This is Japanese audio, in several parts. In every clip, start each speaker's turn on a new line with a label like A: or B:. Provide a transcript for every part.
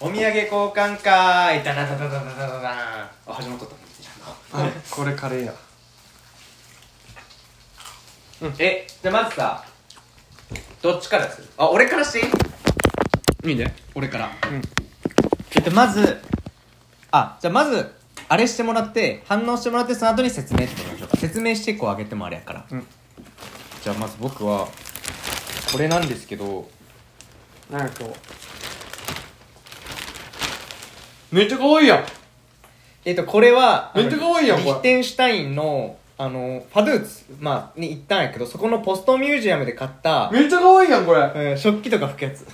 A: お土産交換会ダダダダダダダダダンあ始まっとった
B: あこれカレーや
A: えじゃあまずさどっちからするあ俺からしていいいいね俺から
B: うん
A: えっとまずあじゃあまずあれしてもらって反応してもらってその後に説明ってことでしょうか説明してこうあげてもあれやから、
B: うん
A: じゃあまず僕はこれなんですけど
B: なんかこ
C: めっちゃ可愛いやん
A: えっとこれは
C: めっちゃ可愛いやん
A: あの
C: これ
A: リヒテンシュタインのあのファドゥーツ、まあ、に行ったんやけどそこのポストミュージアムで買った、
C: めっちゃ可愛いやんこれあ
A: うん、食器とか拭くやつ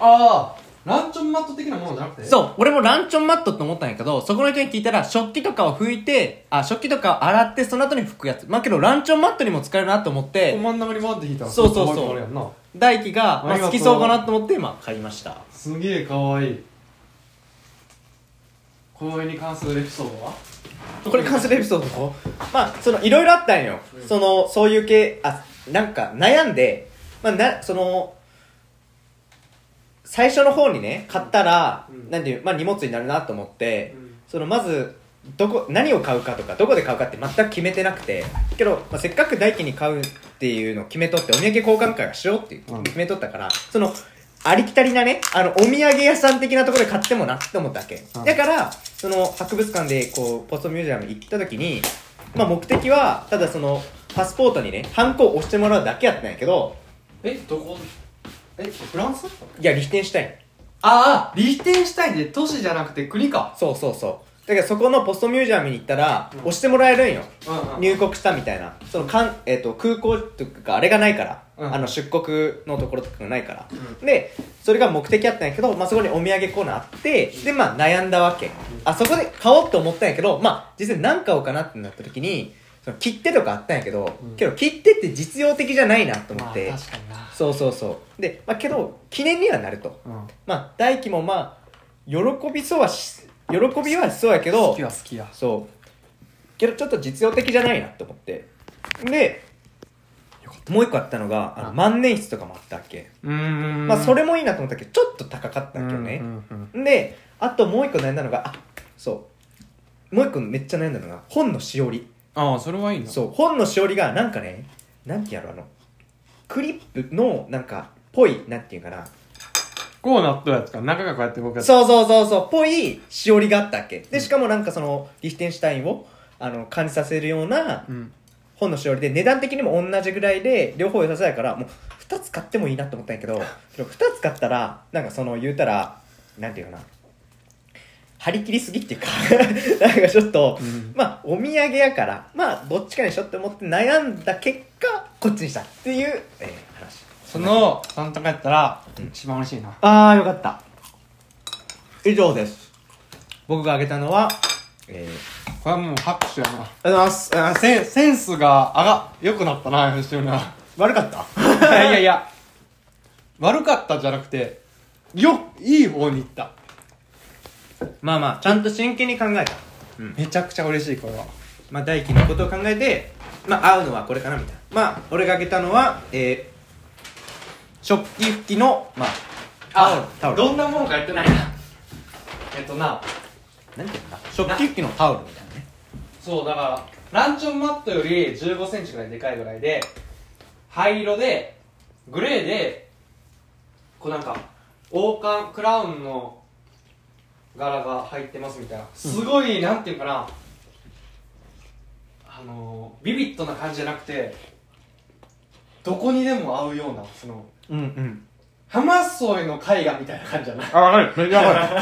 C: あランチョンマット的なものじゃなくてう
A: そう俺もランチョンマットって思ったんやけどそこの人に聞いたら食器とかを拭いてあ食器とかを洗ってその後に拭くやつまあけどランチョンマットにも使えるなと思って
C: 真ん中に回って引いた
A: そうそうそう
C: 可愛くなるやんな
A: 大輝が、ま
C: あ
A: あ、
C: りがと
A: 好
C: う
A: きそうかなと思ってまあ買いました
C: すげえ可愛いこの絵に関するエピソードは
A: これ関するエピソードまあそのいろいろあったんよ、そのそういう系あなんか悩んで、まあ、なその最初の方にね買ったら、
C: うん
A: なんていう、まあ、荷物になるなと思って、
C: うん
A: そのまずどこ何を買うかとかどこで買うかって全く決めてなくてけど、まあ、せっかく大輝に買うっていうのを決めとってお土産交換会がしようっていう
C: うん
A: 決めとったから、そのありきたりなねあのお土産屋さん的なところで買ってもなって思ったわけ、
C: うん
A: だからその博物館でこうポストミュージアム行った時に、まあ、目的はただそのパスポートにねハンコを押してもらうだけやったんやけど
C: えどこえフランス
A: いやリヒテンシュタイン
C: ああリヒテンシュタインで都市じゃなくて国か
A: そうそうそうだからそこのポストミュージアムに行ったら、
C: うん
A: 押してもらえるんよ
C: うんうん
A: 入国したみたいなそのかん、えー、と空港とかあれがないから、
C: うん
A: あの出国のところとかがないから、でそれが目的あったんやけど、まあ、そこにお土産コーナーあってで、まあ、悩んだわけ、あそこで買おうと思ったんやけど、まあ、実際何買おうかなってなった時にその切手とかあったんやけど、
C: うん
A: けど切手って実用的じゃないなと思
C: まあ
A: って、
C: 確かにな
A: そうそうそうで、まあ、けど記念にはなると、
C: うん
A: まあ、大輝もまあ喜びそうはし喜びはしそうやけど
C: 好きは好きや
A: そうけどちょっと実用的じゃないなと思ってでもう一個あったのがあの
C: うん
A: 万年筆とかもあったっけ、
C: うーん
A: まあそれもいいなと思ったけどちょっと高かった
C: だ
A: んだけどね、
C: ね
A: であともう一個悩んだのがあそうもう一個めっちゃ悩んだのが本のしおり
C: ああそれはいいな
A: そう本のしおりがなんかねなんてやろあのクリップのなんかぽいなんていうかな
C: こうなったやつか中がこうやって僕が
A: そうそうそうそうぽいしおりがあったっけでしかもなんかそのリヒテンシュタインをあの感じさせるような
C: うん
A: 本のしおりで値段的にも同じぐらいで両方良さそうやからもう2つ買ってもいいなと思ったんや けど2つ買ったらなんかその言うたらなんていうかな張り切りすぎっていうか なんかちょっと、
C: うん
A: まあお土産やからまあどっちかにしようって思って悩んだ結果こっちにしたっていう、えー話
C: そのそのとこやったら
A: うん
C: 一番嬉しいな
A: ああよかった以上です僕が挙げたのは、えー、
C: これはもう拍手やな
A: ありがとうございます
C: あセンセンスが上が良くなったな吉野は
A: 悪かった
C: いやいやいや悪かったじゃなくてよいい方に行った
A: まあまあちゃんと真剣に考えたうん
C: めちゃくちゃ嬉しいこれは
A: まあ、大輝のことを考えて、まあ、会うのはこれかなみたいな、まあ、俺が挙げたのは、えー、食器拭きの、まあ、タオルタオル
C: んなもんかやってないなえっとな
A: 何て言うんだ食器拭きのタオルみたいなね
C: そうだからランチョンマットより1 5ンチぐらいでかいぐらいで灰色でグレーでこうなんか王冠クラウンの柄が入ってますみたいなすごい、なんていうかなあのービビッドな感じじゃなくてどこにでも合うようなその
A: うんうん
C: ハマソイの絵画みたいな感じじゃない
B: あはいめっちゃはい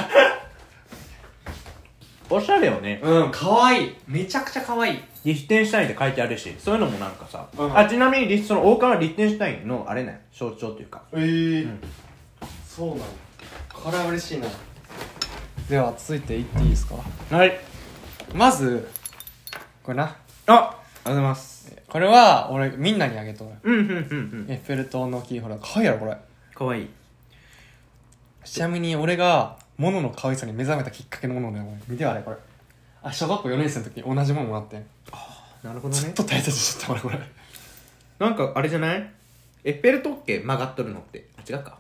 A: おしゃれよね
C: うんかわいいめちゃくちゃかわいい
A: リヒテンシュタインって書いてあるしそういうのもなんかさ、
C: うん
A: あちなみにリその王冠はリヒテンシュタインのあれね象徴というか
C: えー
A: うん
C: そうなのこれは嬉しいなでは続いていっていいですか
A: はい
C: まずこれな
A: あありがとうございます
C: これは俺みんなにあげとる
A: うんうんうんうん
C: エッフェル塔のキーホルダーかわいいやろこれ
A: かわいい
C: ちなみに俺が物の可愛さに目覚めたきっかけのものだよこれ見てあれこれあ小学校4年生の時に同じものもらってん
A: なるほど
C: ずっ
A: ね
C: と大切にしとった俺これ
A: なんかあれじゃないエッフェル塔っけ曲がっとるのってあ違うか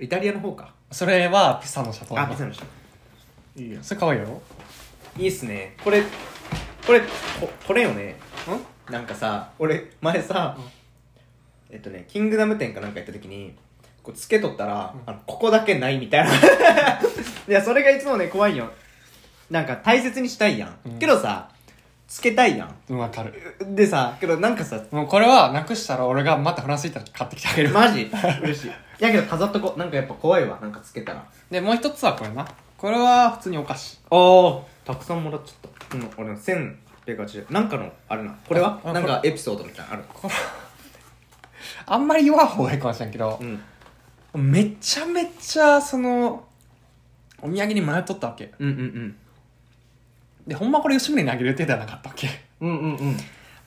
A: イタリアの方か
C: それはピサのシャトー
A: あ
C: バ
A: ピザ
C: リ
A: の下
B: いいや
C: それ可愛いよ
A: いいっすねこれこれここれよねなんかさ俺前さ、えっとねキングダム展かなんか行った時にこうつけとったら、あのここだけないみた いないやそれがいつもね怖いよなんか大切にしたいやん、
C: うん
A: けどさつけたいや
C: うんわかる
A: んでさけどなんかさ
C: もうこれはなくしたら俺がまたフランス行ったら買ってきてあげる
A: マジ嬉しいいやけど飾っとこうなんかやっぱ怖いわなんかつけたら
C: でもう一つはこれなこれは普通にお菓子
A: ああたくさんもらっちゃった、うん、俺の1880なんかのあれなこれは
C: ああ
A: なんかエピソードみたいなのある
C: これあんまり言わん方がいいかもしれんけど
A: う、ん
C: めちゃめちゃそのお土産に迷っとったわけ
A: うんうん
C: でほんまこれ吉宗にあげる予定ではなかったわけ
A: うんうんうんう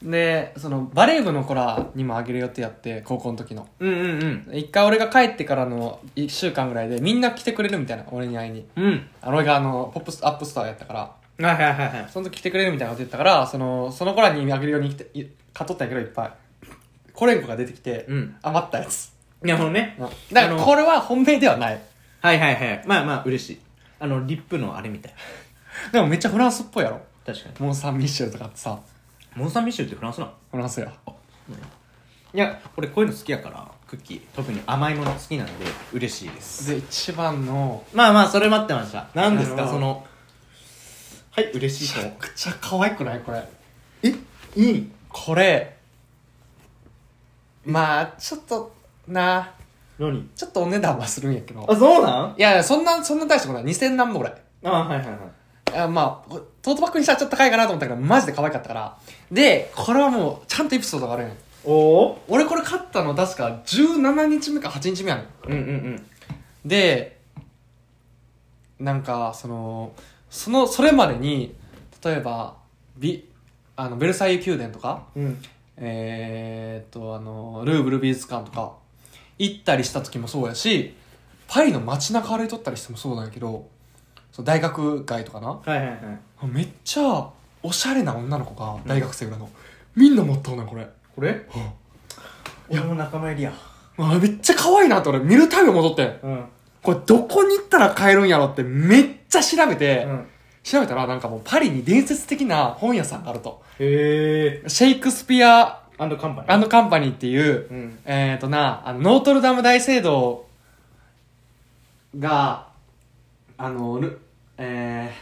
A: ん
C: でそのバレー部の子らにもあげる予定やって高校の時の
A: うんうんうん
C: 一回俺が帰ってからの1週間ぐらいでみんな来てくれるみたいな俺に会いに
A: うん
C: あの俺があのポップスアップスターやったから
A: はいはいはいはい
C: その時来てくれるみたいなこと言ったからそのその子らにあげるように来てい買っとったんやけどいっぱいコレンコが出てきて、
A: うん
C: 余ったやつ
A: いやほどね
C: だからこれは本命ではない
A: はいはいはいまあまあ嬉しいあのリップのあれみたい
C: でもめっちゃフランスっぽいやろ
A: 確かに
C: モン・サン・ミッシェルとかってさ
A: モン・サン・ミッシェルってフランスなの
C: フランスや
A: いや俺こういうの好きやからクッキー特に甘いもの好きなんで嬉しいです
C: で一番の
A: まあまあそれ待ってました何です
C: な
A: か
C: るほ
A: そ
C: ど
A: のはい嬉
C: め
A: しい
C: ちゃ
A: と
C: くちゃ可愛くないこれ
A: えいい
C: これまあちょっとな
A: 何
C: ちょっとお値段はするんやけど
A: あそうなん
C: いやいやそんなそんな大したことない2000何本ぐらい
A: あはいはいはい
C: あまあトートバッグにしたらちょっと高いかなと思ったけどマジで可愛かったからでこれはもうちゃんとエピソードがあるんよ
A: おお
C: 俺これ買ったの確か17日目か8日目やねん
A: うんうんうん
C: でなんかそのそのそれまでに例えばビあのベルサイユ宮殿とか
A: うん
C: えー、っとあのルーブル美術館とか行ったりした時もそうやしパリの街中歩いとったりしてもそうなんやけどその大学街とかな
A: はいはいはい
C: めっちゃおしゃれな女の子が大学生ぐらいの、みんな持っとうなこれ
A: これ俺も仲間入りや
C: あめっちゃ可愛いなって俺見るたび戻ってん
A: うん
C: これどこに行ったら買えるんやろってめっちゃ調べて、
A: うん
C: 調べたらなんかもうパリに伝説的な本屋さんがあると
A: へえ
C: シェイクスピア
A: アンドカンパニー
C: カンパニーっていう、
A: うん
C: えっ、ー、となあのノートルダム大聖堂があのルえー、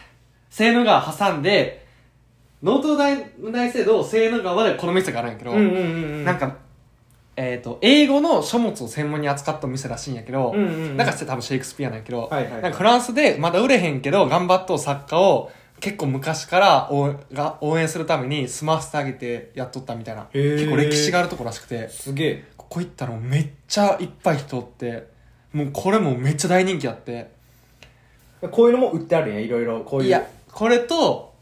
C: セーヌ川挟んでノートルダム大聖堂セーヌ川でこの店があるんやけど、
A: うんうんうんうん
C: なんか、えー、と英語の書物を専門に扱ったお店らしいんやけど、
A: うんうんうん
C: なんかして多分シェイクスピアなんやけど、
A: はいはいはい
C: なんかフランスでまだ売れへんけど頑張っとう作家を結構昔から応援が応援するために住まわせてあげてやっとったみたいな
A: へー
C: 結構歴史があるとこらしくて
A: すげえ
C: ここ行ったらもうめっちゃいっぱい人おってもうこれもめっちゃ大人気あって
A: こういうのも売ってあるんやいろいろこういう
C: いやこれと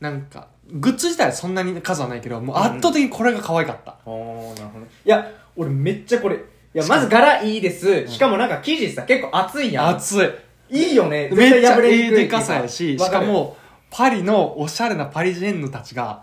C: なんかグッズ自体はそんなに数はないけどもう圧倒的にこれが可愛かった、
A: あーなるほどねいや俺めっちゃこれいやまず柄いいですしかもなんか生地さ結構厚いやん
C: 熱い
A: いいよね
C: めっちゃええ
A: にくい
C: でかさやし、
A: わ
C: しか
A: る
C: も、パリのおしゃれなパリジェンヌたちが、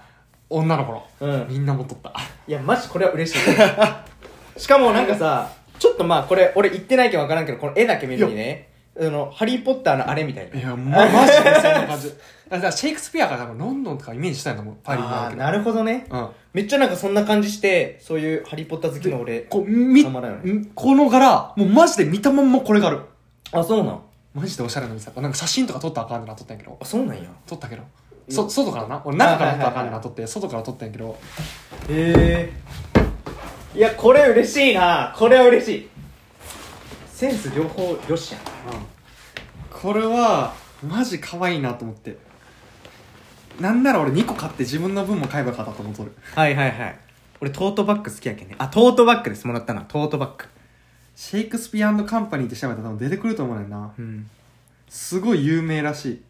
C: 女の子
A: う
C: の、
A: ん
C: みんな持っとった。
A: いやマジこれは嬉しいしかもなんかさちょっとまあこれ俺言ってないけど分からんけどこの絵だけ見るにねあのハリー・ポッターのあれみたいない
C: や、ま、マジでそんな感じ。だからシェイクスピアが多分ロンドンとかイメージしたんだもん、パリに
A: あ
C: な
A: ー
C: るけ
A: なるほどね
C: ど。うん。
A: めっちゃなんかそんな感じしてそういうハリー・ポッター好きの俺
C: こう、み、
A: たまらんよね
C: んこの柄、もうマジで見たまんまこれがある。
A: あそうなん
C: マジでおしゃれな店だったなんか写真とか撮ったらあかんってなっとったんやけど
A: あ。そうなんや
C: 撮ったけど。そ、外からな。俺中から撮ったらあかんってなっとって、外から撮ったんやけど。
A: へえいやこれ嬉しいなこれは嬉しいセンス両方よしやん
C: これはマジ可愛いなと思ってなんなら俺2個買って自分の分も買えばよかったと思っとる
A: はいはいはい俺トートバッグ好きやけんねあトートバッグですもらったなトートバッグ
C: シェイクスピアカンパニーって調べたら多分出てくると思うねんな
A: うん
C: すごい有名らしい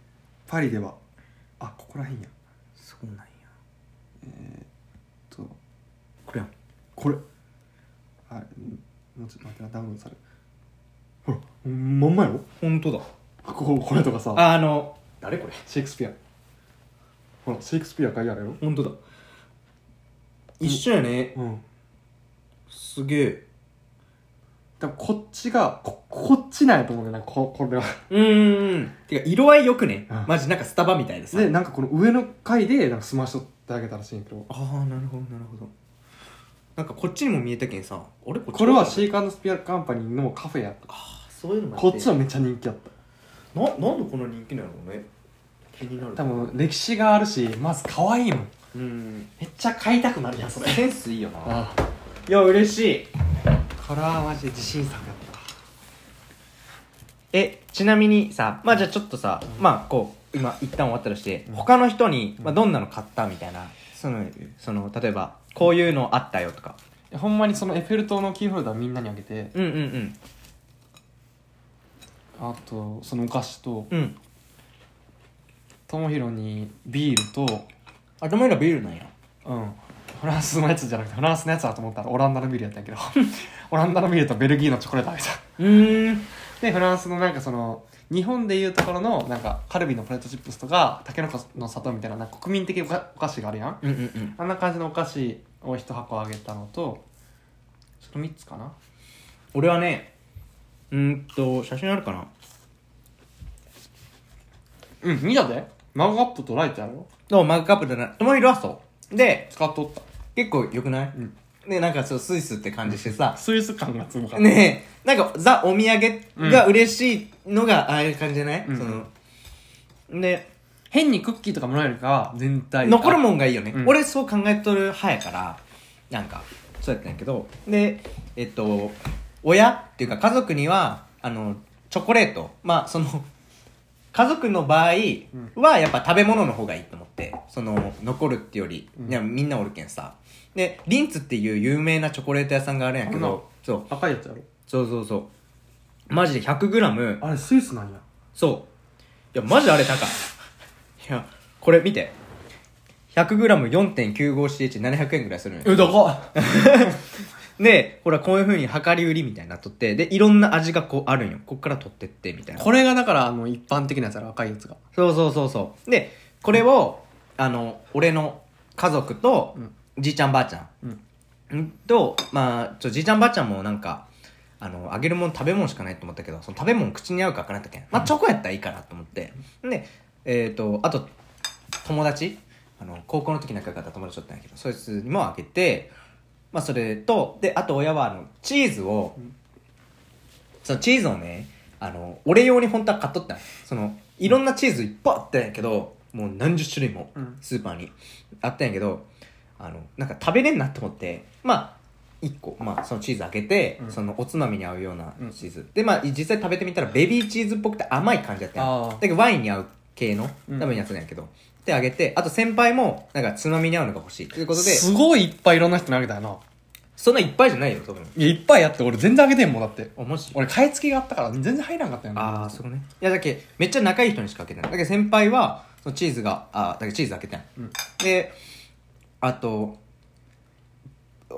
C: パリではあここらへんや
A: そうなんや
C: と
A: これやん
C: これあもうちょっと待ってなダウンロードされるほらまんまやろ
A: 本当だ
C: こここれとかさ
A: ああの誰これ
C: シェイクスピアほらシェイクスピア書いてあるやろ
A: 本当だ一緒やね
C: うん
A: すげえ
B: でもこっちがここっちなんやと思うねなんかここれは
A: うーんてか色合いよくね
B: うん
A: マジなんかスタバみたいでさ
B: でなんかこの上の階でなんか済ましとってあげたらしいんやけど
A: ああなるほどなるほどなんかこっちにも見えたけんさあれこっち
B: これはシークスピアカンパニーのカフェやった
A: あーそういうのも
B: こっちは
A: な
B: めっちゃ人気やった
A: なんでこんな人気なのね気になる
B: 多分
C: 歴史があるしまず可愛いもん
A: うん
C: めっちゃ買いたくなるやんそれ
A: センスいいよない
C: あ
A: や嬉しい
C: これはマジで自信作だった
A: えちなみにさまあじゃあちょっとさ、まあこう今一旦終わったとして、他の人に、まあ、どんなの買ったみたいなそのその例えばこういうのあったよとか
C: いやほんまにそのエッフェル塔のキーホルダーみんなにあげて
A: うんうん
C: あとそのお菓子と
A: うんうん
C: ともひろにビールと
A: あでも今ビールなんや
C: うんフランスのやつじゃなくてフランスのやつだと思ったらオランダのビールやったんやけど オランダのビールとベルギーのチョコレートあげた
A: うーん
C: でフランスのなんかその日本でいうところのなんかカルビのポテトチップスとかタケノコの砂糖みたいななんか国民的おかお菓子があるやん
A: うんうんうん
C: あんな感じのお菓子を一箱あげたのとその3つかな
A: 俺はねうーんと写真あるかな
C: うん見たでマグカップとライトやろ
A: そうマグカップだなともいるはそうで
C: 使っとった
A: 結構よくない、
C: うん
A: でなんかそうスイスって感じしてさ
C: スイス感がすごかった、
A: ねえなんかザお土産が嬉しいのがああいう感じじゃない、
C: うん
A: そので
C: 変にクッキーとかもらえるかは全体
A: 残るもんがいいよね、
C: うん
A: 俺そう考えとる派やからなんかそうやったんやけどでえっと親っていうか家族にはあのチョコレートまあその家族の場合はやっぱ食べ物の方がいいと思ってその残るってより、いやみんなおるけんさでリンツっていう有名なチョコレート屋さんがあるんやけ
C: あんな
A: どそう
C: 赤いやつやろ
A: そうそうそうマジで 100g
C: あれスイスなんや
A: そう。いや、マジあれ高い。いや、これ見て。100g4.95CH700 円ぐらいするのよ。
C: え高っ
A: で、ほら、こういう風に量り売りみたいになっとって、で、いろんな味がこうあるんよ。こっから取ってって、みたいな。
C: これがだからあの一般的なやつやろ赤いやつが
A: そうそうそうそう。で、これを、あの、俺の家族と、
C: ん
A: じいちゃんばあちゃん。んと、まあ、ちょ、じいちゃんばあちゃんもなんか、あの、あげるもん食べ物しかないと思ったけど、その食べ物口に合うか分からんかったけん。まあ、チョコやったらいいかなと思って。で、えっ、と、あと、友達あの、高校の時仲良かった友達だったんやけど、そいつにもあげて、まあ、それと、で、あと親は、あの、チーズを、そのチーズをね、あの、俺用に本当は買っとったんその、いろんなチーズいっぱいあったんやけど、もう何十種類も
C: うん、
A: スーパーにあったんやけど、あの、なんか食べれんなと思って、まあ、1個、まあ、そのチーズ開けて、
C: うん
A: そのおつまみに合うような
C: うん
A: チーズ。で、まあ、実際食べてみたら、ベビーチーズっぽくて甘い感じだったんや
C: ああ
A: だけど、ワインに合う系の
C: うん
A: 多分やつなんやけど。で、あげて、あと先輩も、なんか、つまみに合うのが欲しい。ということで、
C: すごいいっぱいいろんな人にあげたよな
A: そんないっぱいじゃないよ、多分。
C: いやいっぱいあって俺全然あげてんもんだって
A: あ、もし。
C: 俺買い付けがあったから全然入らなかったよね
A: ああそうねいやだっけめっちゃ仲いい人にしか開けてないだけど先輩はそのチーズがあーだけどチーズ開けてない、
C: うん
A: であと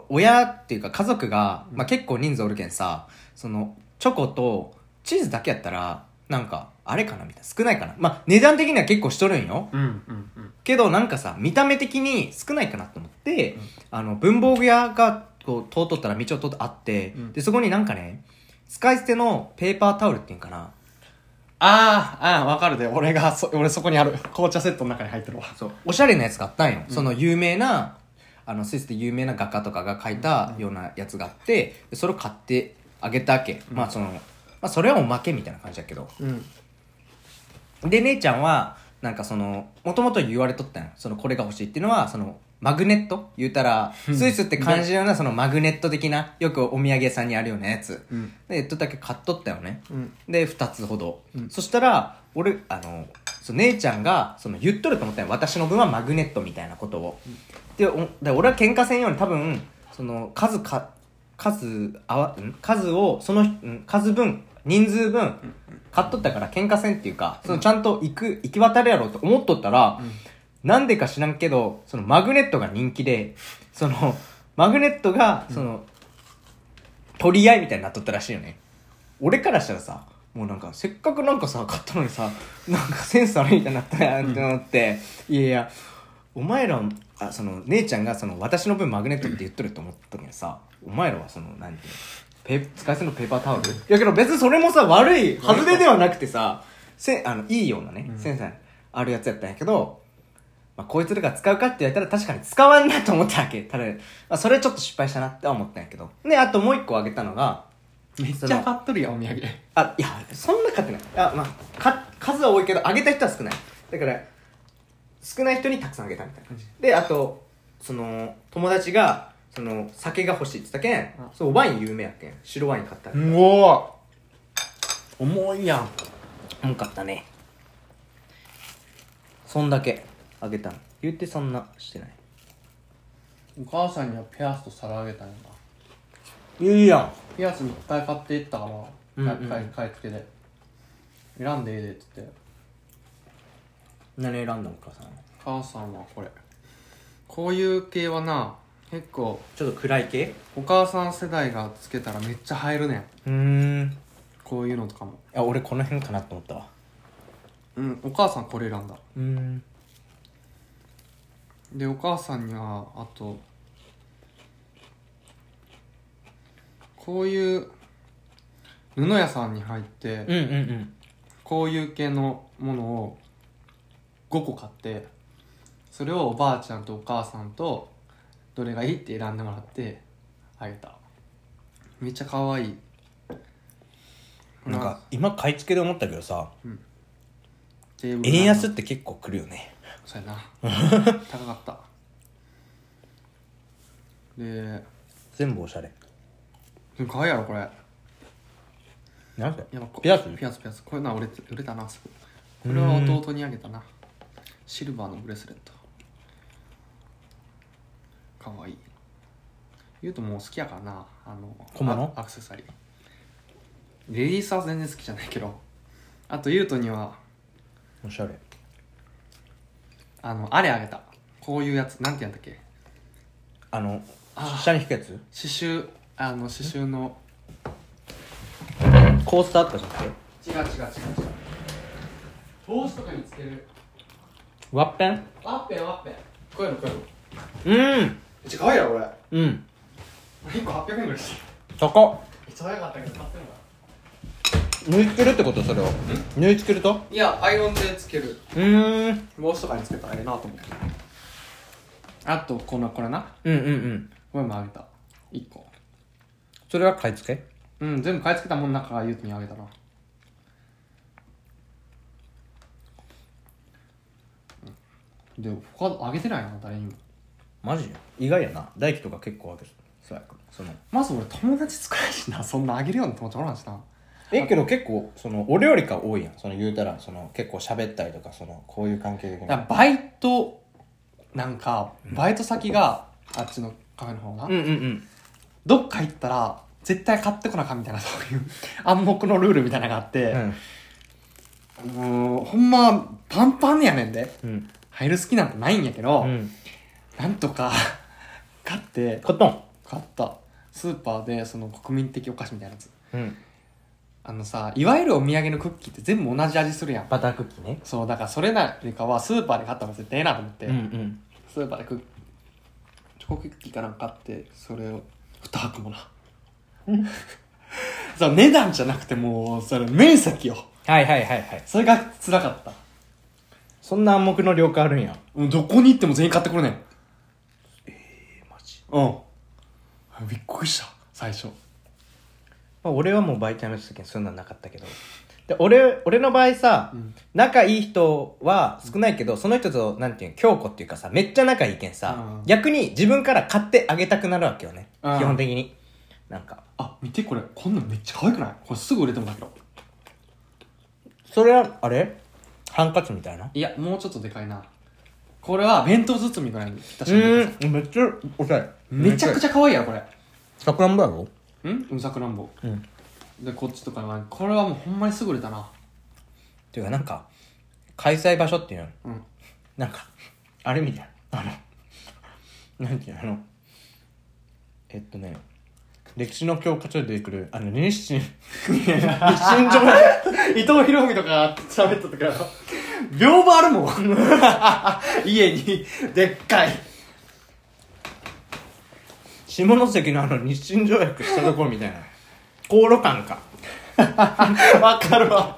A: 親っていうか家族が、まあ、結構人数おるけんさそのチョコとチーズだけやったらなんかあれかなみたいな少ないかなまあ値段的には結構しとるんよ
C: うんうんうん
A: けどなんかさ見た目的に少ないかなと思って、あの文房具屋がこう通っとったら道を通ってあって、
C: うん
A: でそこになんかね使い捨てのペーパータオルっていうんかな
C: ああああわかるで俺がそ俺そこにある紅茶セットの中に入ってるわ
A: そうおしゃれなやつがあったんよ、その有名なあのスイスで有名な画家とかが描いたようなやつがあってでそれを買ってあげたわけ、まあその、まあ、それはおまけみたいな感じだけど
C: うん
A: で姉ちゃんはなんかそのもともと言われとったんよそのこれが欲しいっていうのはそのマグネット言うたらスイスって感じるようなそのマグネット的なよくお土産屋さんにあるようなやつ、
C: うん
A: でちょっとだけ買っとったよね、
C: うん
A: で2つほど、そしたら俺あのそう姉ちゃんがその言っとると思ったよ私の分はマグネットみたいなことを、でおで俺は喧嘩せんように多分その数か数あわん数をそのん数分人数分買っとったから喧嘩せんっていうかそのちゃんと行く行き渡るやろうと思っとったら、なんでか知らんけどそのマグネットが人気でそのマグネットがその、取り合いみたいになっとったらしいよね俺からしたらさもうなんかせっかくなんかさ買ったのにさなんかセンス悪いみたいになったやんって思って、いやいやお前らあその姉ちゃんがその私の分マグネットって言っとると思ったのにさお前らはその何ていうのペー使い捨てのペーパータオルいやけど別にそれもさ悪いはずでではなくてさせあのいいようなね、
C: うん
A: センサーあるやつやったんやけど、まあ、こいつらが使うかって言われたら確かに使わんなと思ったわけただ、まあ、それちょっと失敗したなって思ったんやけどであともう一個挙げたのが
C: めっちゃ買っとるやんお土産
A: あいやそんな買ってないあまあか数は多いけどあげた人は少ないだから少ない人にたくさんあげたみたいな感じであとその友達がその酒が欲しいって言ったけん
C: あ
A: そうワイン有名やけん白ワイン買ったり
C: うお重いやん
A: 重かったねそんだけあげたの言ってそんなしてない
C: お母さんにはピアスと皿あげたんやない
A: いやん
C: ピアスいっぱい買っていったから
A: うんうん
C: 買い買い付けで選んでいいでって言って
A: 何選んだのお母さん
C: 母さんはこれこういう系はな結構
A: ちょっと暗い系
C: お母さん世代がつけたらめっちゃ入るねん
A: うーん
C: こういうのとかも
A: あ俺この辺かなと思ったわ
C: うんお母さんこれ選んだ
A: うーん
C: でお母さんにはあとこういう布屋さんに入って、
A: うんうんうん
C: こういう系のものを5個買ってそれをおばあちゃんとお母さんとどれがいいって選んでもらってあげためっちゃ可愛い
A: なんか今買い付けで思ったけどさ
C: テーブル
A: 円安って結構来るよね
C: そうやな 高かったで
A: 全部おしゃれ
C: でも可愛いやろこれや
A: なんで
C: ばこ
A: ピアス
C: ピアスピアスこれな俺売れたなすぐこれは弟にあげたなシルバーのブレスレット可愛い言うともう好きやからなあの
A: 小物
C: あアクセサリーレディースは全然好きじゃないけどあとゆうとには
A: おしゃれ
C: あのあれあげたこういうやつなんてやったっけ
A: あの
C: あ
A: 下に引くやつ
C: 刺繍あの刺繍の
A: コースターとかじゃなくて
C: 違う違う違う違う帽子とかにつける
A: ワッペン
C: ワッペンワッペンこういうのこういう
A: うん
C: のめっちゃ可愛いやろこれ
A: うん
C: 1個800円ぐらいして
A: 高
C: めっちゃ早かったけど買ってんの
A: 縫い付けるってことそれを縫い付けると
C: いやアイロンでつける
A: うーん
C: 帽子とかにつけたらええなと思ってあとこのこれな
A: うんうんうん
C: これもあげた1個
A: それは買い付け
C: うん全部買い付けたもんの中からゆうとにあげたなうんで他あげてないな誰にも
A: マジ意外やな大輝とか結構あげるそうやからその
C: まず俺友達少ないしなそんなあげるような友達おらんしな
A: えけど結構そのお料理が多いやんその言うたらその結構喋ったりとかそのこういう関係的
C: だからバイトなんかバイト先があっちのカフェの方が、
A: うんうんうん
C: どっか行ったら絶対買ってこなあかんみたいなそういう暗黙のルールみたいなのがあって、もうほんまパンパンやねんで
A: うん
C: 入る好きなんてないんやけど、
A: うん
C: なんとか 買って
A: コットン
C: 買ったスーパーでその国民的お菓子みたいなやつ
A: うん
C: あのさいわゆるお土産のクッキーって全部同じ味するやん
A: バタークッキーね
C: そうだからそれなよりかはスーパーで買った方が絶対ええなと思って、
A: うん
C: スーパーでクッチョコクッキーかなんか買ってそれを2箱もな そう値段じゃなくてもうそれ面積よ
A: はいはいはいはい
C: それが辛かった
A: そんな暗黙の了解あるんや
C: もうどこに行っても全員買ってくるねんええマ
A: ジ
C: うんびっくりした最初
A: まあ、俺はもうバイト辞めた時にそんなんなかったけど。で、俺、俺の場合さ、仲いい人は少ないけど、その人と、なんていうの強固っていうかさ、めっちゃ仲いいけんさ、
C: うん
A: 逆に自分から買ってあげたくなるわけよね。
C: うん
A: 基本的に。なんか。
C: あ見てこれこんなんめっちゃ可愛くないこれすぐ売れてもだけど
A: それは、あれハンカチみたいない
C: やもうちょっとでかいなこれは弁当包みぐらいに確か
A: う
C: にでかい
A: ん、めっちゃおしゃれ。
C: めちゃくち
A: ゃ。
C: ゃ可愛いやろこれ
A: さくらんぼやろ
C: んうんさくらんぼ
A: うん。
C: でこっちとかはこれはもうほんまにすぐ売れたな
A: っていうかなんか、開催場所っていうの
C: うん
A: なんか、あれみたいな。あの、なんていうの、あの、えっとね、歴史の教科書で出てくる、あの、日清、
C: 新庄伊藤博文とか喋った時から屏風あるもん家にでっかい
A: 下関のあの、日清条約したところみたいな。航路感 か
C: わかるわ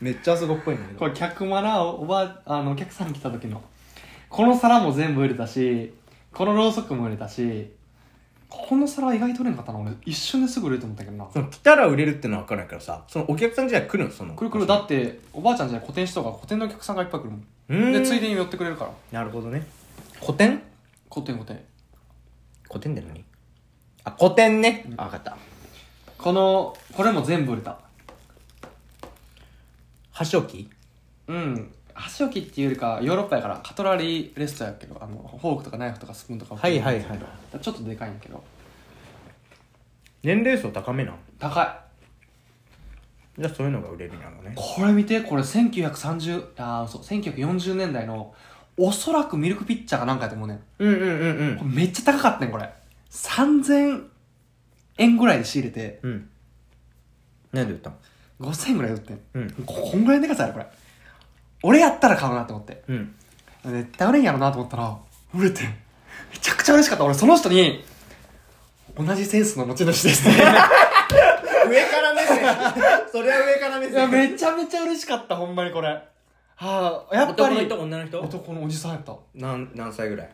A: めっちゃあそこっぽいんだけ
C: これ客マナおばあのお客さん来た時のこの皿も全部入れたしこのろうそくも入れたしこの皿意外と売れんかったな俺一瞬ですぐ売れると思ったけどな
A: その来たら売れるってのは分からないからさそのお客さんじゃ来るのその
C: くるくるだっておばあちゃんじゃない古典師とか古典のお客さんがいっぱい来るもん
A: うーん
C: でついでに寄ってくれるから
A: なるほどね古典
C: 古典古典
A: 古典で何あ古典ね、あ分かった
C: このこれも全部売れた
A: 箸置き
C: うん箸置きっていうよりかヨーロッパやからカトラリーレストランやけどあのフォークとかナイフとかスプーンとか
A: はいはいはい
C: ちょっとでかいんやけど
A: 年齢層高めなん
C: 高い
A: じゃあそういうのが売れるんやろうね
C: これ見てこれ1930あーそう1940年代のおそらくミルクピッチャーかなんかやと思うねん
A: うんうんうんう
C: これめっちゃ高かったねんこれ3000円ぐらいで仕入れて
A: うんなんで売ったの
C: 5000円ぐらいで売ってん
A: うん
C: ここんぐらいのデカさやろこれ俺やったら買うなって思って
A: うん
C: 絶対売れんやろなと思ったら売れてんめちゃくちゃ嬉しかった俺その人に同じセンスの持ち主ですね
A: 上から目線 それは上から目
C: いやめちゃめちゃ嬉しかったほんまにこれはあやっぱ
A: 男
C: り
A: の人女の人
C: 男のおじさんやった
A: なん何歳ぐらい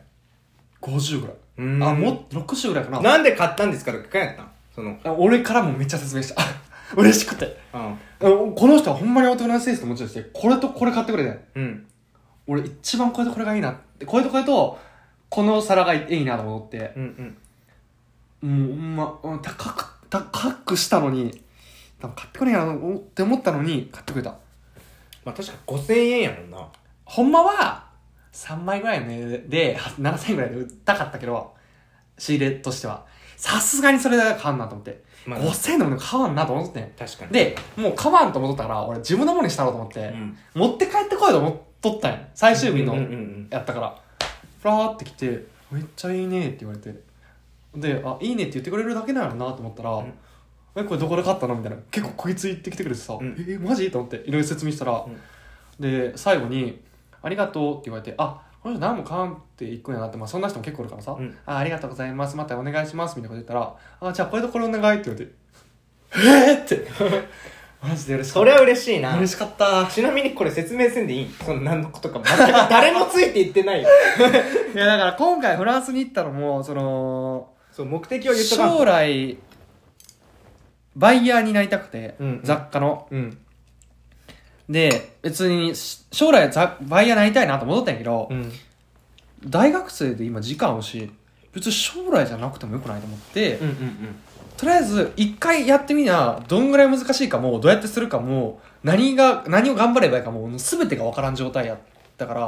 C: 50ぐらいうあもっと60ぐらいかな
A: なんで買ったんですかとか聞かんやったんその
C: あ俺からもめっちゃ説明した 嬉しくて
A: うん
C: あこの人はほんまに男のセンスの持ち主でこれとこれ買ってくれてん
A: うん
C: 俺一番これとこれがいいなってこれとこれとこの皿がいいいいなと思って
A: うんうん
C: もうほんま、うん高く、高くしたのに、多分買ってくれんやろうって思ったのに、買ってくれた。
A: まあ確か5000円やもんな
C: ほんまは、3枚ぐらいの値で、は7000円ぐらいで売ったかったけど、仕入れとしては。さすがにそれだけ買わんなと思って。
A: まあ
C: 5000円でも買わんなと思ってん。
A: 確かに
C: で、もう買わんと思っとったから、俺自分のものにしたろうと思って、
A: うん
C: 持って帰ってこいと思っとったんや。最終日の。
A: うんうんうん
C: やったからふらーって来て「めっちゃいいね」って言われてで「あいいね」って言ってくれるだけなのなと思ったら「
A: うん
C: えこれどこで買ったの?」みたいな結構こいつ行ってきてくれてさ「
A: うん
C: えマジ?」と思っていろいろ説明したら、
A: ん
C: で最後に「ありがとう」って言われて「あこの人何も買わんって行くんやな」って、まあ、そんな人も結構いるからさ「
A: うん
C: あありがとうございますまたお願いします」みたいなこと言ったら「あじゃあこれとこれお願い」って言われて「えっ!」って マジで嬉しか
A: そ
C: っ
A: れは嬉しい
C: た
A: な
C: 嬉しかった
A: ちなみにこれ説明せんでいいその何のことか全く 誰もついていってないよ
C: いやだから今回フランスに行ったのもその
A: そう目的を言っとかん
C: 将来バイヤーになりたくて、
A: うんうん
C: 雑貨の
A: うん
C: で別にし将来ざバイヤーになりたいなと戻ったんやけど、
A: うん
C: 大学生で今時間あるし別に将来じゃなくてもよくないと思って、
A: うんうん
C: とりあえず一回やってみなどんぐらい難しいかもどうやってするかも何が何を頑張ればいいかもう全てが分からん状態やったから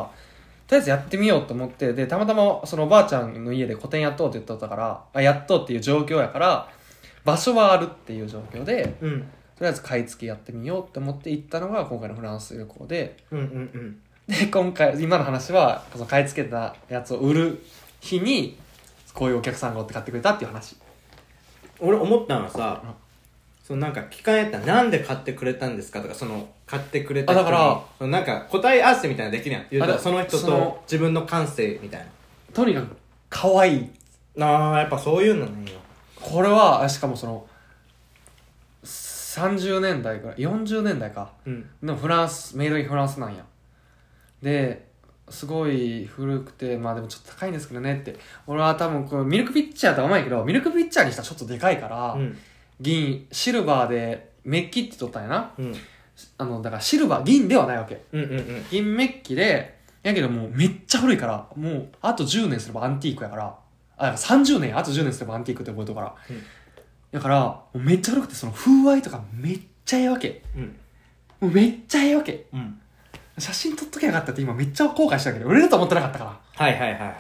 C: とりあえずやってみようと思ってでたまたまそのおばあちゃんの家で個展やっとうって言っとったからあやっとうっていう状況やから場所はあるっていう状況で
A: うんうん
C: とりあえず買い付けやってみようって思って行ったのが今回のフランス旅行で
A: うんうん
C: で今回今の話はその買い付けたやつを売る日にこういうお客さんがおって買ってくれたっていう話
A: 俺思ったのはさ
C: うん
A: そのなんか聞かんやったらなんで買ってくれたんですかとかその買ってくれた
C: あだから
A: そのなんか答え合わせみたいなのできるやん言うたら
C: あだ
A: その人
C: その
A: と自分の感性みたい
C: とにかく可愛い
A: なあーやっぱそういうのねよ
C: これはしかもその30年代から40年代か
A: うん
C: のフランスメイドインフランスなんやですごい古くてまあでもちょっと高いんですけどねって俺は多分このミルクピッチャーとは甘いけどミルクピッチャーにしたらちょっとでかいから、
A: うん
C: 銀シルバーでメッキって取ったんやな
A: うん
C: あのだからシルバー銀ではないわけ
A: うんうんうん
C: 銀メッキでやけどもうめっちゃ古いからもうあと10年すればアンティークやからあ30年あと10年すればアンティークって覚えとくから、
A: うん
C: だからもうめっちゃ古くてその風合いとかめっちゃええわけ
A: うん
C: もうめっちゃええわけ
A: うん
C: 写真撮っときゃよかったって今めっちゃ後悔したけど売れると思ってなかったから
A: はいはいはいはい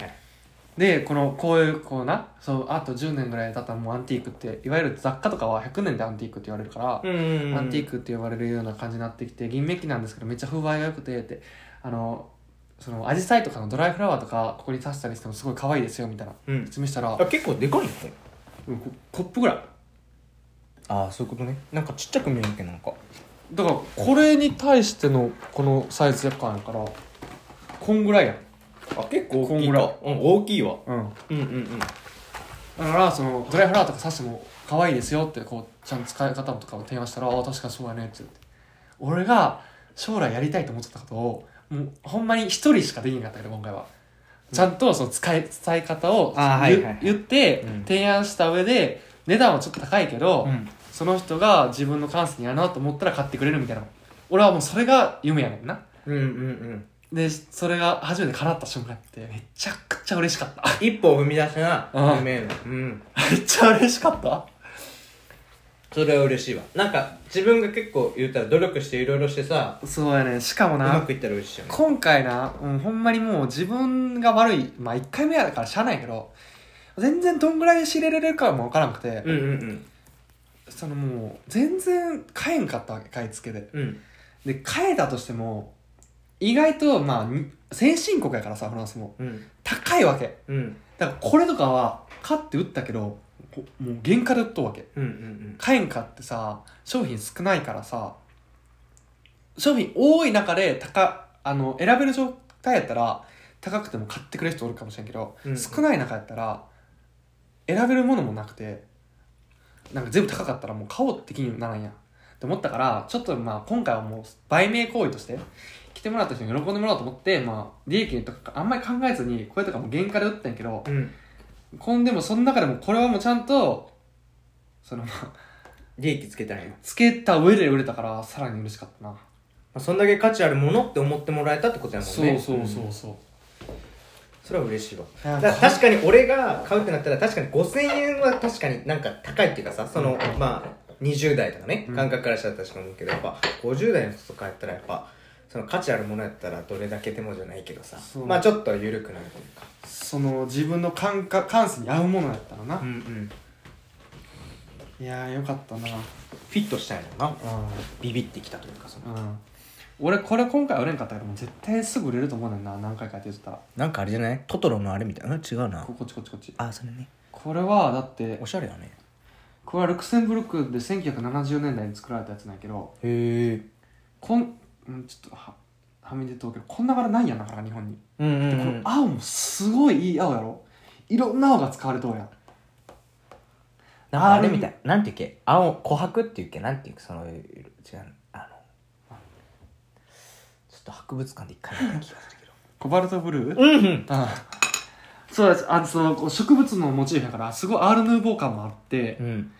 C: でこのこういうこうなそうあと10年ぐらい経ったらもうアンティークっていわゆる雑貨とかは100年でアンティークって言われるから、
A: うんうんうん
C: アンティークって呼ばれるような感じになってきて銀メッキなんですけどめっちゃ風合いが良くてってあのそのアジサイとかのドライフラワーとかここに刺したりしてもすごい可愛いですよみたいな
A: うん
C: 説明したら
A: あ結構でかいんだよ
C: うんココップぐらい
A: ああそういうことねなんかちっちゃく見えるけどなんか
C: だからこれに対してのこのサイズやからやからこんぐらいやん
A: あ結構
C: こ
A: 大
C: ん
A: きい
C: ぐらい
A: かうん大きいわ
C: うん
A: うんうんうん
C: だからそのドライフラワーとか刺しても可愛いですよってこうちゃんと使い方とかを提案したらああ確かにそうやねって言って俺が将来やりたいと思ってたことをもうほんまに一人しかできなかったけど今回はちゃんとその使い伝え方を
A: あーはいはいはい
C: 言言って
A: うん
C: 提案した上で値段はちょっと高いけど、
A: うん
C: その人が自分の感性にやなと思ったら買ってくれるみたいな俺はもうそれが夢やねんな
A: うんうん
C: でそれが初めて叶った瞬間ってめちゃくちゃ嬉し かった
A: 一歩踏み出しな
C: うん
A: 夢へのうん
C: めっちゃ嬉しかった
A: それは嬉しいわなんか自分が結構言ったら努力していろいろしてさ
C: そうやねしかも
A: う
C: な
A: まくいったら嬉しいよね
C: 今回な、うん、ほんまにもう自分が悪いまあ1回目やからしゃあないけど全然どんぐらいで仕入れられるかもわからなくて、
A: うんうん
C: そのもう全然買えんかったわけ買い付けで
A: うんうん
C: で買えたとしても意外とまあに先進国やからさフランスも
A: うん
C: 高いわけ
A: うん
C: だからこれとかは買って売ったけどこもう原価で売っとうわけ
A: うんうん
C: 買えんかってさ商品少ないからさ商品多い中で高あの選べる状態やったら高くても買ってくれる人おるかもしれんけど、
A: うん
C: 少ない中やったら選べるものもなくてなんか全部高かったらもう買おうって気にならんやんって思ったからちょっとまあ今回はもう売名行為として来てもらった人に喜んでもらおうと思って、まあ、利益とかあんまり考えずにこれとかも原価で売ったんやけど、
A: うんうん
C: こんでもその中でもこれはもうちゃんとそのまあ
A: 利益つけたいよま
C: つけた上で売れたからさらに嬉しかったな、
A: あそんだけ価値あるものって思ってもらえたってことやもんねん
C: そう、
A: それは嬉しいわ
C: いや
A: だから確かに俺が買うってなったら確かに5000円は確かになんか高いっていうかさそのまあ20代とかね
C: うん
A: 感覚からしたら確かに思うけどやっぱ50代の人とかやったらやっぱその価値あるものやったらどれだけでもじゃないけどさ
C: そう
A: まあちょっと緩くなるというか
C: その自分の感覚感性に合うものやったらな、
A: んうん
C: いやーよかったな
A: フィットしたいのな
C: う
A: ビビってきたというかその
C: ん、うん、俺これ今回売れんかったけどもう絶対すぐ売れると思うねんな何回かやって言ってたら
A: なんかあれじゃないトトロのあれみたいなうん違うな
C: ここっちこっちこっち
A: あそれね
C: これはだって
A: しゃれだね
C: これはルクセンブルクで1970年代に作られたやつなんやけど
A: へえ
C: こんうんちょっとははみ出とうけどこんな柄ないやんなから日本に
A: うんうんう
C: この
A: ん
C: 青もすごいいい青やろいろんな青が使われとうやん
A: なんかあれみたいなんていうっけ青琥珀っていうっけなんていうっけその違うあのちょっと博物館で一回見た気がするけど
C: コバルトブルー
A: うんうん
C: あそうですあのそのこう植物のモチーフやからすごいアール・ヌーボー感もあって
A: うん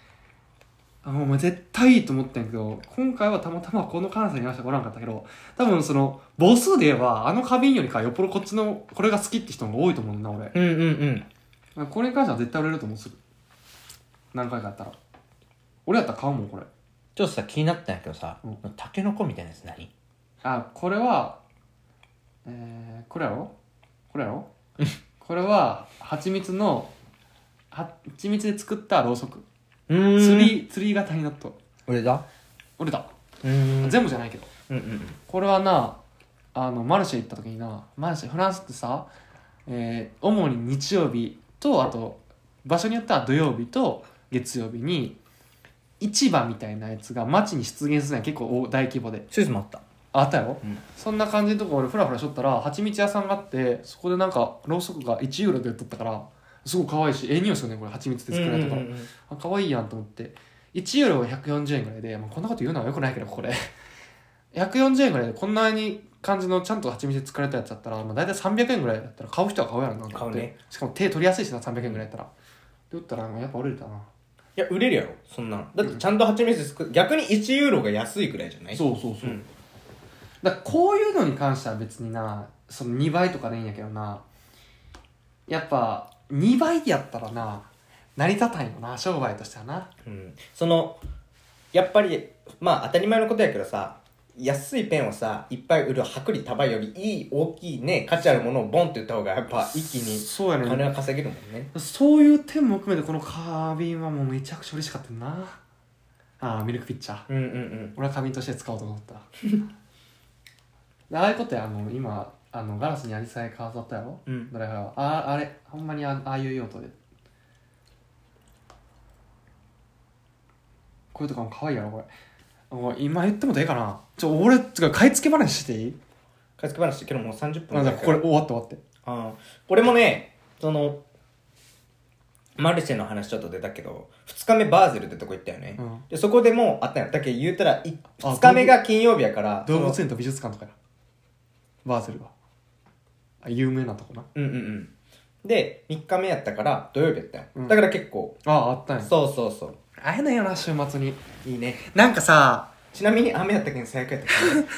C: あもうお前絶対いいと思ったんやけど今回はたまたまこの関西にいましたらおらんかったけど多分その母数で言えばあの花瓶よりかよっぽどこっちのこれが好きって人の方が多いと思うんだ俺
A: うんうんうん
C: これに関しては絶対売れると思うする何回かやったら俺やったら買うもんこれ
A: ちょっとさ気になったんやけどさ、
C: うん
A: タケノコみたいなやつ何
C: あこれはえー、これやろこれやろこれは蜂蜜の蜂蜜で作ったろうそく
A: う
C: 釣
A: 釣り
C: り釣り型になった
A: 俺だ
C: 折れた
A: うーん
C: 全部じゃないけど
A: うんうんうん
C: これはなあのマルシェ行った時になマルシェフランスってさ、えー主に日曜日とあと場所によっては土曜日と月曜日に市場みたいなやつが街に出現するのは結構大大規模で
A: スイスもあった
C: あったよ、
A: うん
C: そんな感じのとこ俺フラフラしとったら蜂蜜屋さんがあってそこでなんかろうそくが1ユーロで売っとったからすごい可愛いしええ匂いするねこれ蜂蜜で作られたから、
A: うんうんうん
C: あ可愛いやんと思って1ユーロは140円ぐらいで、まあ、こんなこと言うのはよくないけどこれ 140円ぐらいでこんなに感じのちゃんと蜂蜜で作られたやつだったら、まあ、大体300円ぐらいだったら買う人は買うやろなと思って
A: 買うね
C: しかも手取りやすいしな300円ぐらいやったらで売ったらやっぱ折れたない
A: や売れるやろそんなのだってちゃんと蜂蜜作る逆に1ユーロが安いくらいじゃない
C: そうそう
A: うん
C: だからこういうのに関しては別になその2倍とかでいいんやけどなやっぱ2倍やったらな成り立たんよな商売としてはな
A: うん、そのやっぱりまあ当たり前のことやけどさ安いペンをさいっぱい売る薄利多売よりいい大きいね価値あるものをボンって売った方がやっぱ一気に
C: そうや
A: 金は稼げるもんね
C: そういう点も含めてこの花瓶はもうめちゃくちゃ嬉しかったなああミルクピッチャー
A: うんうんうん
C: 俺は花瓶として使おうと思った でああいうことやあの今あのガラスにアジサイ飾ったやろ
A: うん
C: ドライフラワーあああれほんまにあああいう用途でこういうとかも可愛いやろこれおい今言ってもええかなちょ俺つうか買い付け話していい
A: 買い付け話けどもう30分
C: なんだこれ終わって終わって
A: ああ俺もねそのマルシェの話ちょっと出たけど、2日目バーゼルってとこ行ったよね。
C: うん
A: でそこでもうあったよ。だけど言うたらい、
C: あ
A: 2日目が金曜日やから、
C: 動物
A: その
C: 園と美術館とかやバーゼルはあ有名なとこな
A: うんうんうん。で、3日目やったから土曜日やったよ。
C: うん
A: だから結構、
C: あああったんや
A: そうそうそう。
C: 会えないよな週末に
A: いいね。
C: なんかさ
A: ちなみに雨やったけん最悪やっ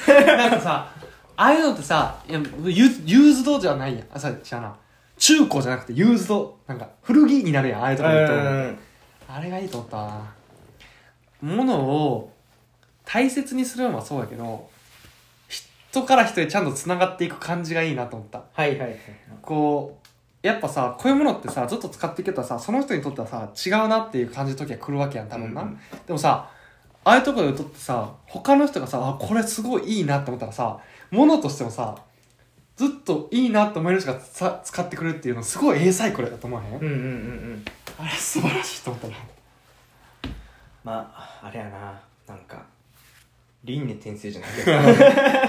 A: たけど
C: なんかさああいうのってさいやユユーズドじゃないやんあさ知らんな中古じゃなくてユーズドなんか古着になるやんああいうとこ行くと
A: うん
C: あれがいいと思ったな物を大切にするのはそうやけど人から人へちゃんとつながっていく感じがいいなと思った
A: はいはいはい。
C: こうやっぱさこういうものってさずっと使っていけたらさその人にとってはさ違うなっていう感じの時は来るわけやん多分な、
A: うんうん
C: でもさああいうところで撮ってさ他の人がさあこれすごいいいなって思ったらさ物としてもさずっといいなって思える人がさ使ってくれるっていうのすごい英サイクルだと思わへん、
A: うんうんうんうん。
C: あれ素晴らしいと思ったな
A: まあ、あれやな。なんか、輪廻転生じゃないけど うん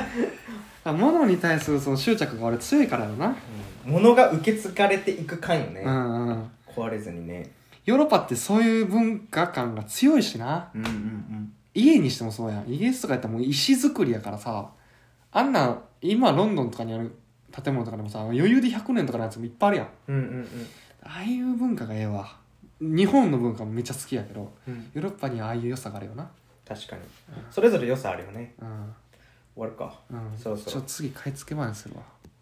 C: あ物に対するその執着が俺強いからよな、
A: 物が受け継がれていく感よね。
C: うんうん
A: 壊れずにね。
C: ヨーロッパってそういう文化感が強いしな
A: うんうんうん。
C: 家にしてもそうやんイギリスとかやったらもう石造りやからさあんなん今ロンドンとかにある建物とかでもさ余裕で100年とかのやつもいっぱいあるやん
A: うんうんうん。
C: ああいう文化がええわ日本の文化もめっちゃ好きやけど
A: うん、
C: ヨーロッパにはああいう良さがあるよな
A: 確かにそれぞれ良さあるよね
C: うん
A: 終わるか
C: うん
A: そうそう
C: ちょっと次買い付け話するわ